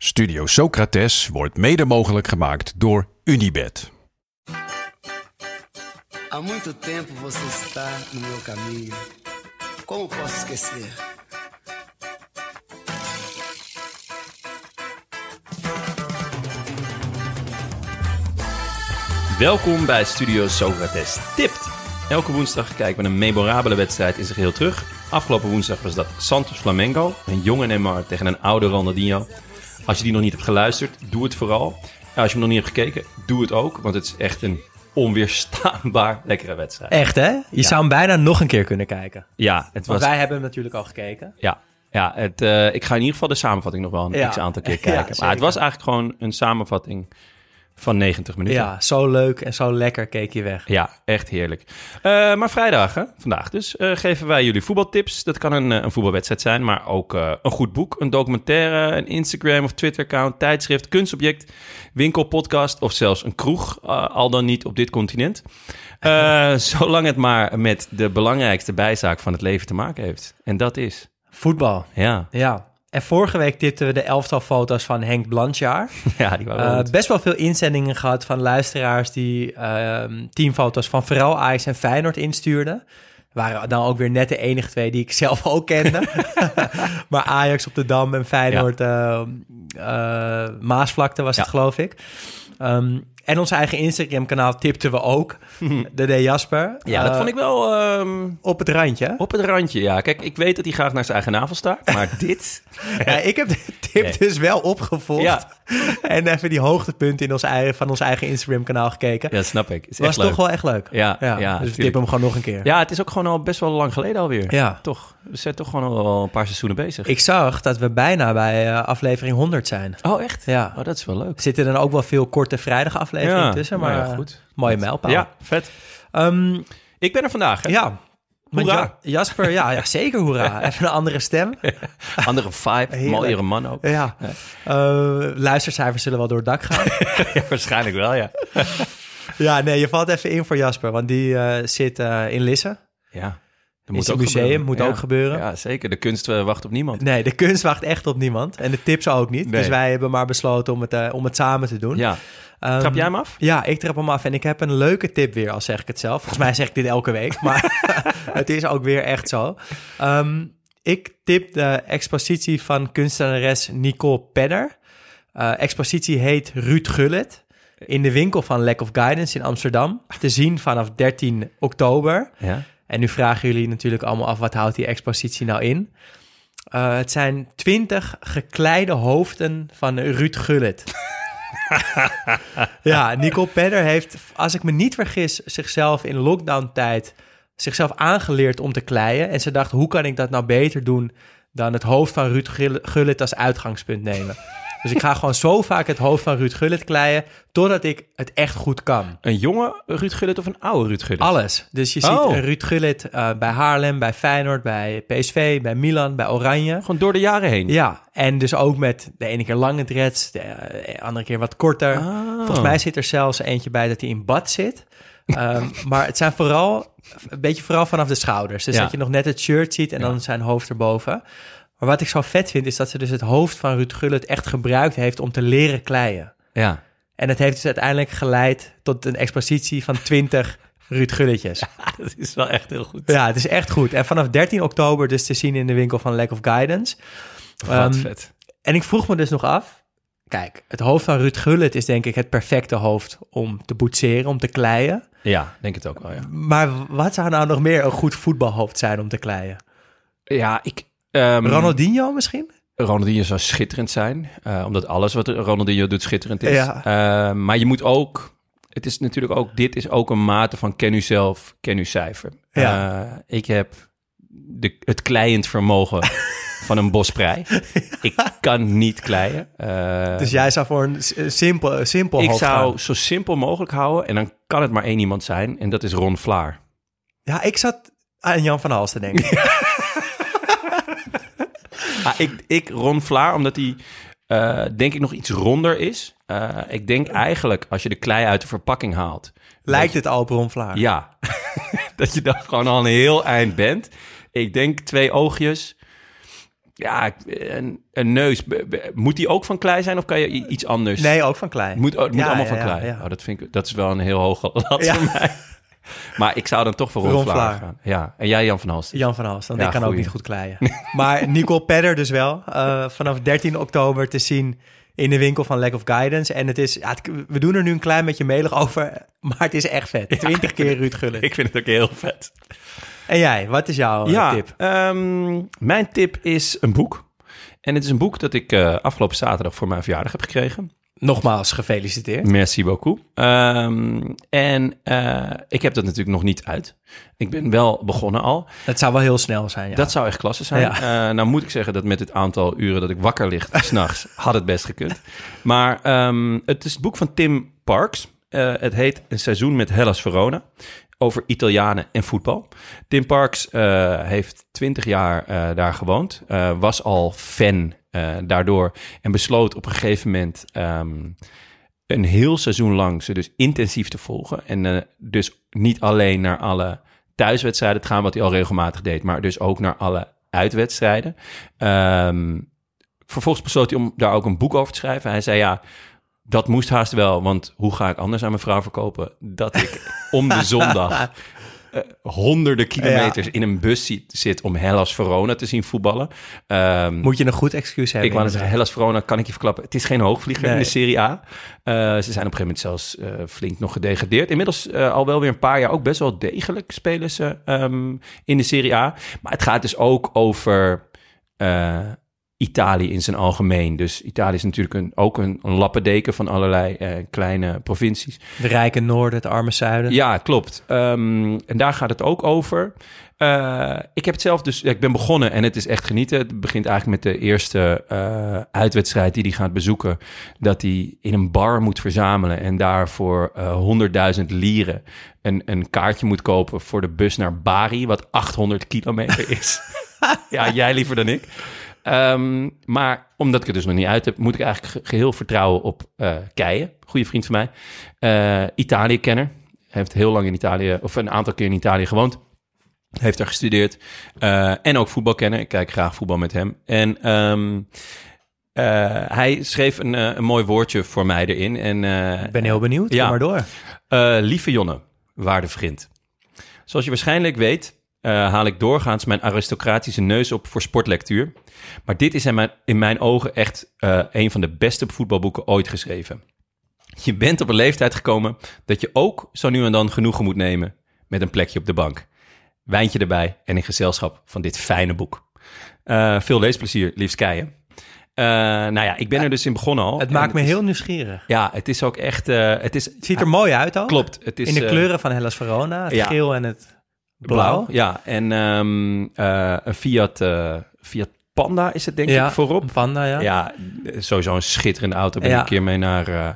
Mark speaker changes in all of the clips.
Speaker 1: Studio Socrates wordt mede mogelijk gemaakt door Unibed.
Speaker 2: Há muito tempo você está no meu caminho. Como posso esquecer?
Speaker 3: Welkom bij Studio Socrates Tipt. Elke woensdag kijken we een memorabele wedstrijd in zijn geheel terug. Afgelopen woensdag was dat Santos Flamengo. Een jonge Neymar tegen een oude Ronaldinho. Als je die nog niet hebt geluisterd, doe het vooral. En als je hem nog niet hebt gekeken, doe het ook. Want het is echt een onweerstaanbaar lekkere wedstrijd.
Speaker 4: Echt hè? Je zou hem bijna nog een keer kunnen kijken.
Speaker 3: Ja, het
Speaker 4: Want
Speaker 3: was...
Speaker 4: wij hebben hem natuurlijk al gekeken.
Speaker 3: Ja, ja het, eh, ik ga in ieder geval de samenvatting nog wel een
Speaker 4: Ja.
Speaker 3: x-aantal keer
Speaker 4: Ja,
Speaker 3: kijken. maar het
Speaker 4: zeker.
Speaker 3: was eigenlijk gewoon een samenvatting van 90 minuten.
Speaker 4: Ja, zo leuk en zo lekker keek je weg.
Speaker 3: Ja, echt heerlijk. Eh, maar vrijdag, hè, vandaag dus, eh, geven wij jullie voetbaltips. Dat kan een, eh, een voetbalwedstrijd zijn, maar ook eh, een goed boek, een documentaire, een Instagram of Twitter-account, tijdschrift, kunstobject, winkel, podcast of zelfs een kroeg, eh, al dan niet op dit continent. Eh, zolang het maar met de belangrijkste bijzaak van het leven te maken heeft. En dat is,
Speaker 4: Voetbal.
Speaker 3: ja,
Speaker 4: Ja. En vorige week tipten we de elftal foto's van Henk Blanchard.
Speaker 3: ja die waren wel
Speaker 4: Eh,
Speaker 3: goed.
Speaker 4: best wel veel inzendingen gehad van luisteraars die ehm, teamfoto's van vooral Ajax en Feyenoord instuurden. Waren dan ook weer net de enige twee die ik zelf ook kende. maar Ajax op de Dam en Feyenoord eh, eh, Maasvlakte was
Speaker 3: Ja.
Speaker 4: het geloof ik. Ehm, en ons eigen Instagram kanaal tipten we ook. de D Jasper.
Speaker 3: Ja, dat
Speaker 4: Eh,
Speaker 3: vond ik wel ehm,
Speaker 4: op het randje. hè?
Speaker 3: op het randje. Ja, kijk, ik weet dat hij graag naar zijn eigen navel staat, maar dit...
Speaker 4: Ja, ik heb de tip
Speaker 3: Nee.
Speaker 4: dus wel opgevolgd.
Speaker 3: Ja.
Speaker 4: en even die hoogtepunten in ons eigen, van ons eigen Instagram kanaal gekeken.
Speaker 3: Ja, snap ik. Is
Speaker 4: was
Speaker 3: echt leuk.
Speaker 4: toch wel echt leuk.
Speaker 3: Ja, ja,
Speaker 4: dus ik
Speaker 3: tuurlijk.
Speaker 4: tip hem gewoon nog een keer.
Speaker 3: Ja, het is ook gewoon al best wel lang geleden alweer.
Speaker 4: Ja.
Speaker 3: Toch. We zijn toch gewoon al wel een paar seizoenen bezig.
Speaker 4: Ik zag dat we bijna bij eh, aflevering 100 zijn.
Speaker 3: Oh, echt?
Speaker 4: Ja.
Speaker 3: Oh, dat is wel leuk.
Speaker 4: Er zitten dan ook wel veel korte vrijdagafleveringen
Speaker 3: Ja,
Speaker 4: tussen,
Speaker 3: nou
Speaker 4: maar
Speaker 3: ja,
Speaker 4: eh,
Speaker 3: goed.
Speaker 4: mooie mijlpaal.
Speaker 3: Ja, vet.
Speaker 4: Ehm,
Speaker 3: Ik ben er vandaag, hè?
Speaker 4: ja. Want
Speaker 3: Hoera.
Speaker 4: Ja- Jasper, ja, ja zeker hoera. Even een andere stem.
Speaker 3: Andere vibe,
Speaker 4: Heerlijk.
Speaker 3: mooiere man ook.
Speaker 4: Ja. Eh, luistercijfers zullen wel door het dak gaan.
Speaker 3: waarschijnlijk wel, ja.
Speaker 4: ja, nee, je valt even in voor Jasper, want die eh, zit eh, in Lisse.
Speaker 3: Ja. Dat
Speaker 4: het museum, moet
Speaker 3: Ja.
Speaker 4: ook gebeuren.
Speaker 3: Ja, zeker. De kunst eh, wacht op niemand.
Speaker 4: Nee, de kunst wacht echt op niemand. En de tips ook niet.
Speaker 3: Nee.
Speaker 4: Dus wij hebben maar besloten om het, eh, om het samen te doen.
Speaker 3: Ja.
Speaker 4: Ehm,
Speaker 3: Trap jij hem af?
Speaker 4: Ja, ik trap hem af en ik heb een leuke tip weer, al zeg ik het zelf. Volgens mij zeg ik dit elke week, maar het is ook weer echt zo. Ehm, ik tip de expositie van kunstenares Nicole Penner. Eh, expositie heet Ruud Gullit. In de winkel van Lack of Guidance in Amsterdam. Te zien vanaf 13 oktober.
Speaker 3: Ja.
Speaker 4: En nu vragen jullie natuurlijk allemaal af, wat houdt die expositie nou in? Eh, het zijn twintig gekleide hoofden van Ruud Gullit. ja, Nicole Pedder heeft, als ik me niet vergis, zichzelf in lockdown-tijd zichzelf aangeleerd om te kleien. En ze dacht, hoe kan ik dat nou beter doen dan het hoofd van Ruud Gul- Gullit als uitgangspunt nemen? Dus ik ga gewoon zo vaak het hoofd van Ruud Gullit kleien, totdat ik het echt goed kan.
Speaker 3: Een jonge Ruud Gullit of een oude Ruud Gullit?
Speaker 4: Alles. Dus je ziet
Speaker 3: Oh.
Speaker 4: een Ruud Gullit eh, bij Haarlem, bij Feyenoord, bij PSV, bij Milan, bij Oranje.
Speaker 3: Gewoon door de jaren heen.
Speaker 4: Ja, en dus ook met de ene keer lange dreads, de eh, andere keer wat korter.
Speaker 3: Ah.
Speaker 4: Volgens mij zit er zelfs eentje bij dat hij in bad zit. Ehm, maar het zijn vooral, een beetje vooral vanaf de schouders. Dus
Speaker 3: Ja.
Speaker 4: dat je nog net het shirt ziet en dan zijn hoofd erboven. Maar wat ik zo vet vind, is dat ze dus het hoofd van Ruud Gullit echt gebruikt heeft om te leren kleien.
Speaker 3: Ja.
Speaker 4: En dat heeft dus uiteindelijk geleid tot een expositie van 20 Ruud Gulletjes.
Speaker 3: Dat is wel echt heel goed.
Speaker 4: Ja, het is echt goed. En vanaf 13 oktober dus te zien in de winkel van Lack of Guidance.
Speaker 3: Wat
Speaker 4: Ehm,
Speaker 3: vet.
Speaker 4: En ik vroeg me dus nog af. Kijk, het hoofd van Ruud Gullit is denk ik het perfecte hoofd om te boetseren, om te kleien.
Speaker 3: Ja, denk het ook wel, ja.
Speaker 4: Maar w- wat zou nou nog meer een goed voetbalhoofd zijn om te kleien?
Speaker 3: Ja, ik... ehm,
Speaker 4: Ronaldinho misschien?
Speaker 3: Ronaldinho zou schitterend zijn, eh, omdat alles wat Ronaldinho doet schitterend is.
Speaker 4: Ja.
Speaker 3: Eh, maar je moet ook, het is natuurlijk ook, dit is ook een mate van ken u zelf, ken u cijfer.
Speaker 4: Ja.
Speaker 3: Eh, ik heb de, het kleiend vermogen van een bosprei. Ik kan niet kleien. Eh,
Speaker 4: Dus jij zou voor een s- eh, simpel, simpel
Speaker 3: ik
Speaker 4: hoofd
Speaker 3: zou
Speaker 4: gaan.
Speaker 3: zo simpel mogelijk houden en dan kan het maar één iemand zijn en dat is Ron Vlaar.
Speaker 4: Ja, ik zat aan Jan van Hals te denken.
Speaker 3: Ah, ik, ik Ron Vlaar, omdat hij eh, denk ik nog iets ronder is. Eh, ik denk eigenlijk als je de klei uit de verpakking haalt,
Speaker 4: Lijkt het al op Ron Vlaar?
Speaker 3: ja, dat je dan gewoon al een heel eind bent. Ik denk twee oogjes. Ja, ik- een, een neus. Be- be- Moet die ook van klei zijn of kan je i- iets anders?
Speaker 4: Nee, ook van Klei.
Speaker 3: Het moet, oh, het moet
Speaker 4: Ja,
Speaker 3: allemaal
Speaker 4: ja,
Speaker 3: van
Speaker 4: ja,
Speaker 3: klei.
Speaker 4: ja.
Speaker 3: Oh, dat, vind ik, dat is wel een heel hoge lat
Speaker 4: Ja.
Speaker 3: voor mij. Maar ik zou dan toch voor Ron,
Speaker 4: Ron
Speaker 3: Vlaar,
Speaker 4: Vlaar.
Speaker 3: gaan. Ja. En jij Jan van Halst.
Speaker 4: Jan van Halst, want
Speaker 3: Ja,
Speaker 4: ik kan
Speaker 3: goeie.
Speaker 4: ook niet goed kleien. maar Nicole Pedder dus wel. eh, vanaf 13 oktober te zien in de winkel van Lack of Guidance. En het is, ja, het- we doen er nu een klein beetje melig over, maar het is echt vet. 20 keer Ruud Gullit.
Speaker 3: Ik vind het ook heel vet.
Speaker 4: En jij, wat is jouw eh,
Speaker 3: ja,
Speaker 4: tip?
Speaker 3: ehm, mijn tip is een boek. En het is een boek dat ik eh, afgelopen zaterdag voor mijn verjaardag heb gekregen.
Speaker 4: Nogmaals gefeliciteerd.
Speaker 3: Merci beaucoup. Ehm, en eh, ik heb dat natuurlijk nog niet uit. Ik ben wel begonnen al.
Speaker 4: Het zou wel heel snel zijn, ja.
Speaker 3: Dat zou echt klasse zijn. Eh, nou moet ik zeggen dat met het aantal uren dat ik wakker ligt s'nachts, had het best gekund. Maar ehm, het is het boek van Tim Parks. Eh, het heet Een seizoen met Hellas Verona. Over Italianen en voetbal. Tim Parks eh, heeft 20 jaar eh, daar gewoond. eh, was al fan eh, daardoor. En besloot op een gegeven moment ehm, een heel seizoen lang ze dus intensief te volgen. En eh, dus niet alleen naar alle thuiswedstrijden te gaan, wat hij al regelmatig deed, maar dus ook naar alle uitwedstrijden. Ehm, vervolgens besloot hij om daar ook een boek over te schrijven. Hij zei ja. Dat moest haast wel, want hoe ga ik anders aan mijn vrouw verkopen dat ik om de zondag eh, honderden kilometers in een bus zi- zit om Hellas Verona te zien voetballen? Ehm,
Speaker 4: Moet je een goed excuus hebben.
Speaker 3: ik wou net zeggen,
Speaker 4: inderdaad.
Speaker 3: Hellas Verona kan ik je verklappen. Het is geen hoogvlieger in
Speaker 4: Nee.
Speaker 3: de Serie A. Eh, ze zijn op een gegeven moment zelfs eh, flink nog gedegradeerd. Inmiddels eh, al wel weer een paar jaar ook best wel degelijk spelen ze ehm, in de Serie A. Maar het gaat dus ook over eh, Italië in zijn algemeen. Dus Italië is natuurlijk een, ook een, een lappendeken van allerlei eh, kleine provincies.
Speaker 4: De rijke noorden, het arme zuiden.
Speaker 3: Ja, klopt. Ehm, en daar gaat het ook over. Eh, ik heb het zelf dus, ja, ik ben begonnen en het is echt genieten. Het begint eigenlijk met de eerste eh, uitwedstrijd die hij gaat bezoeken. Dat hij in een bar moet verzamelen en daarvoor eh 100.000 lieren een, een kaartje moet kopen voor de bus naar Bari, wat 800 kilometer is. ja, jij liever dan ik. Ehm, maar omdat ik het dus nog niet uit heb, moet ik eigenlijk ge- geheel vertrouwen op eh Keijen, goede vriend van mij. Eh, Italië-kenner. Heeft heel lang in Italië, of een aantal keer in Italië gewoond. Heeft daar gestudeerd. Eh, en ook voetbal kennen. Ik kijk graag voetbal met hem. En ehm, eh, hij schreef een, eh, een mooi woordje voor mij erin. En, eh,
Speaker 4: Ik ben heel benieuwd,
Speaker 3: Ja.
Speaker 4: kom maar door.
Speaker 3: eh, lieve Jonne, waarde vriend. Zoals je waarschijnlijk weet, eh, haal ik doorgaans mijn aristocratische neus op voor sportlectuur. Maar dit is in mijn, in mijn ogen echt eh, een van de beste voetbalboeken ooit geschreven. Je bent op een leeftijd gekomen dat je ook zo nu en dan genoegen moet nemen met een plekje op de bank. Wijntje erbij en in gezelschap van dit fijne boek. Eh, veel leesplezier, liefst Keijen. Eh, nou ja, ik ben er dus in begonnen al.
Speaker 4: Het
Speaker 3: En
Speaker 4: maakt me
Speaker 3: is-
Speaker 4: heel nieuwsgierig.
Speaker 3: Ja, het is ook echt... eh, het is,
Speaker 4: Het ziet er mooi uit ook.
Speaker 3: klopt. Het is,
Speaker 4: Oh, in de
Speaker 3: eh,
Speaker 4: kleuren van Hellas Verona, het
Speaker 3: ja.
Speaker 4: geel en het blauw.
Speaker 3: Blauw, ja. En ehm, eh, een Fiat, eh, Fiat Panda is het denk ik voorop.
Speaker 4: een Panda, ja.
Speaker 3: Ja, sowieso een schitterende auto. Ben
Speaker 4: Ja.
Speaker 3: ik een keer mee naar, eh,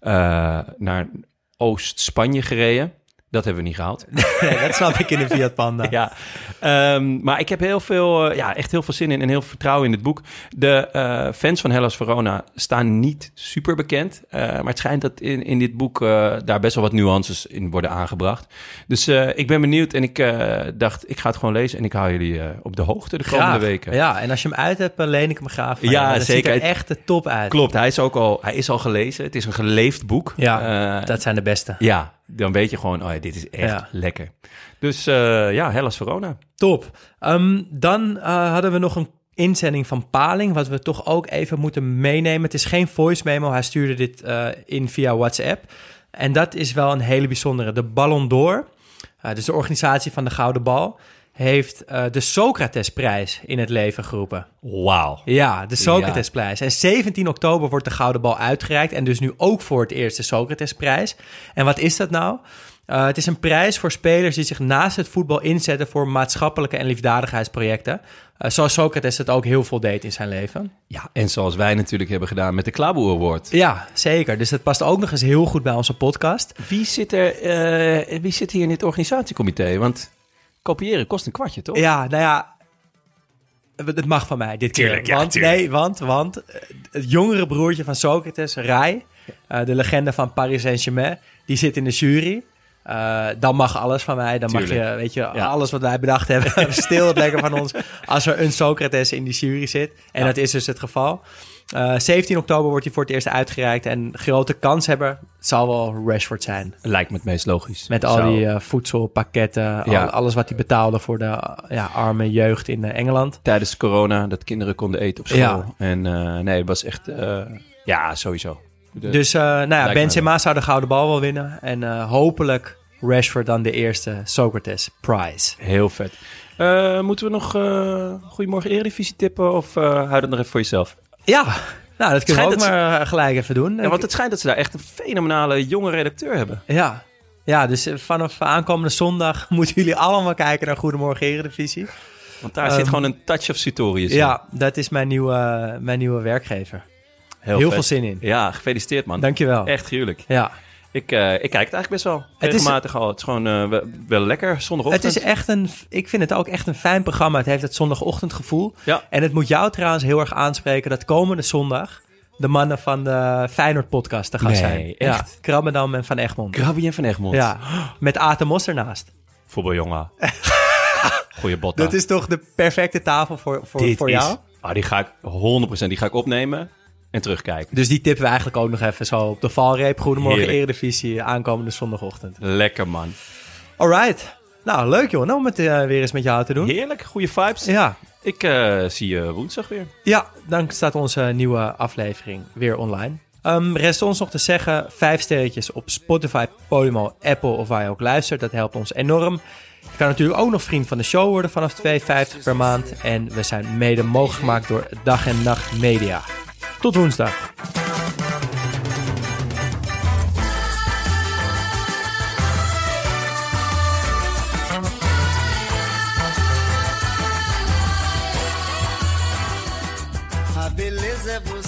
Speaker 3: eh, naar Oost-Spanje gereden. Dat hebben we niet gehaald.
Speaker 4: Nee, dat snap ik in een Fiat Panda.
Speaker 3: Ja, Ehm, maar ik heb heel veel, eh, ja, echt heel veel zin in en heel veel vertrouwen in het boek. De eh, fans van Hellas Verona staan niet super bekend. eh, maar het schijnt dat in, in dit boek eh, daar best wel wat nuances in worden aangebracht. Dus eh, ik ben benieuwd en ik eh, dacht, ik ga het gewoon lezen en ik hou jullie eh, op de hoogte de komende
Speaker 4: Graag.
Speaker 3: weken.
Speaker 4: Ja, en als je hem uit hebt, eh, leen ik hem graag. van je,
Speaker 3: Ja,
Speaker 4: want het
Speaker 3: zeker.
Speaker 4: ziet er echt de top uit.
Speaker 3: Klopt, hij is ook al, hij is al gelezen. Het is een geleefd boek.
Speaker 4: Ja,
Speaker 3: Eh,
Speaker 4: dat zijn de beste.
Speaker 3: ja dan weet je gewoon, oh ja, dit is echt
Speaker 4: Ja.
Speaker 3: lekker. Dus eh, ja, Hellas Verona.
Speaker 4: Top. Ehm, dan eh, hadden we nog een inzending van Paling, wat we toch ook even moeten meenemen. Het is geen voice memo, hij stuurde dit eh, in via WhatsApp. En dat is wel een hele bijzondere. De Ballon d'Or, eh, dus de organisatie van de Gouden Bal, heeft eh, de Socratesprijs in het leven geroepen.
Speaker 3: Wauw.
Speaker 4: Ja, de Socratesprijs. En 17 oktober wordt de Gouden Bal uitgereikt. En dus nu ook voor het eerst de Socratesprijs. En wat is dat nou? Eh, Eh, het is een prijs voor spelers die zich naast het voetbal inzetten voor maatschappelijke en liefdadigheidsprojecten. Eh, zoals Socrates het ook heel veel deed in zijn leven.
Speaker 3: Ja, en zoals wij natuurlijk hebben gedaan met de Klaboe Award.
Speaker 4: Ja, zeker. Dus dat past ook nog eens heel goed bij onze podcast.
Speaker 3: Wie zit, er, eh, wie zit hier in dit organisatiecomité? Want kopiëren kost een kwartje, toch?
Speaker 4: Ja, nou ja. Het mag van mij dit
Speaker 3: Tuurlijk,
Speaker 4: keer.
Speaker 3: ja,
Speaker 4: Want,
Speaker 3: tuurlijk.
Speaker 4: nee, want, want eh, het jongere broertje van Socrates, Rai, eh, de legende van Paris Saint-Germain, die zit in de jury. Eh, dan mag alles van mij. Dan mag
Speaker 3: Tuurlijk.
Speaker 4: je, weet je,
Speaker 3: Ja.
Speaker 4: alles wat wij bedacht hebben, stil het lekker van ons. Als er een Socrates in die jury zit. En dat is dus het geval. Eh, 17 oktober wordt hij voor het eerst uitgereikt. En grote kanshebber zal wel Rashford zijn.
Speaker 3: Lijkt me het meest logisch.
Speaker 4: Met al
Speaker 3: Zou-
Speaker 4: die eh, voedselpakketten, al-
Speaker 3: Ja.
Speaker 4: alles wat hij betaalde voor de eh, ja, arme jeugd in eh, Engeland.
Speaker 3: Tijdens corona, dat kinderen konden eten op school.
Speaker 4: Ja.
Speaker 3: En eh, nee, het was echt... eh, ja, sowieso. De-
Speaker 4: Dus eh nou ja,
Speaker 3: mij
Speaker 4: Benzema zou de gouden bal wel winnen. En eh, hopelijk Rashford dan de eerste Socrates Prize.
Speaker 3: Heel vet. Eh, moeten we nog eh Goedemorgen Eredivisie tippen of eh hou dat nog even voor jezelf?
Speaker 4: Ja, nou dat kunnen
Speaker 3: Schijnt
Speaker 4: we ook
Speaker 3: dat ze-
Speaker 4: maar eh, gelijk even doen.
Speaker 3: Ja, want het schijnt dat ze daar echt een fenomenale jonge redacteur hebben.
Speaker 4: ja. ja, dus eh, vanaf aankomende zondag moeten jullie allemaal kijken naar Goedemorgen Eredivisie.
Speaker 3: Want daar
Speaker 4: Ehm,
Speaker 3: zit gewoon een touch of Sutorius in.
Speaker 4: Ja, dat is mijn nieuwe, mijn nieuwe werkgever. Heel,
Speaker 3: vet.
Speaker 4: veel zin in.
Speaker 3: Ja, gefeliciteerd man.
Speaker 4: Dankjewel.
Speaker 3: Echt gruwelijk.
Speaker 4: Ja.
Speaker 3: Ik, eh, ik kijk het eigenlijk best wel
Speaker 4: Het is-
Speaker 3: regelmatig al. Het is gewoon eh, wel, wel lekker zondagochtend.
Speaker 4: Het is echt een, ik vind het ook echt een fijn programma. Het heeft het zondagochtendgevoel.
Speaker 3: Ja.
Speaker 4: En het moet jou trouwens heel erg aanspreken dat komende zondag de mannen van de Feyenoord podcast te gaan
Speaker 3: Nee,
Speaker 4: zijn.
Speaker 3: echt?
Speaker 4: Ja, Krabbendam en Van Egmond.
Speaker 3: Grabbi en Van Egmond.
Speaker 4: ja, met Atemos ernaast.
Speaker 3: Voetbaljongen. Goeie bot.
Speaker 4: Dat is toch de perfecte tafel voor, voor,
Speaker 3: Dit
Speaker 4: voor
Speaker 3: is-
Speaker 4: jou?
Speaker 3: Ah, die ga ik 100% die ga ik opnemen en terugkijken.
Speaker 4: Dus die tippen we eigenlijk ook nog even zo op de valreep. Goedemorgen
Speaker 3: Heerlijk.
Speaker 4: Eredivisie, aankomende zondagochtend.
Speaker 3: Lekker man.
Speaker 4: Alright. Nou, leuk joh, nou, om het eh, weer eens met jou te doen.
Speaker 3: Heerlijk, goede vibes.
Speaker 4: Ja.
Speaker 3: Ik eh, zie je woensdag weer.
Speaker 4: Ja, dan staat onze nieuwe aflevering weer online. Ehm, rest ons nog te zeggen, vijf sterretjes op Spotify, Podimo, Apple of waar je ook luistert. Dat helpt ons enorm. Je kan natuurlijk ook nog vriend van de show worden vanaf 2,50 per maand. En we zijn mede mogelijk gemaakt door Dag en Nacht Media. Tot woensdag.
Speaker 2: A beleza é você. é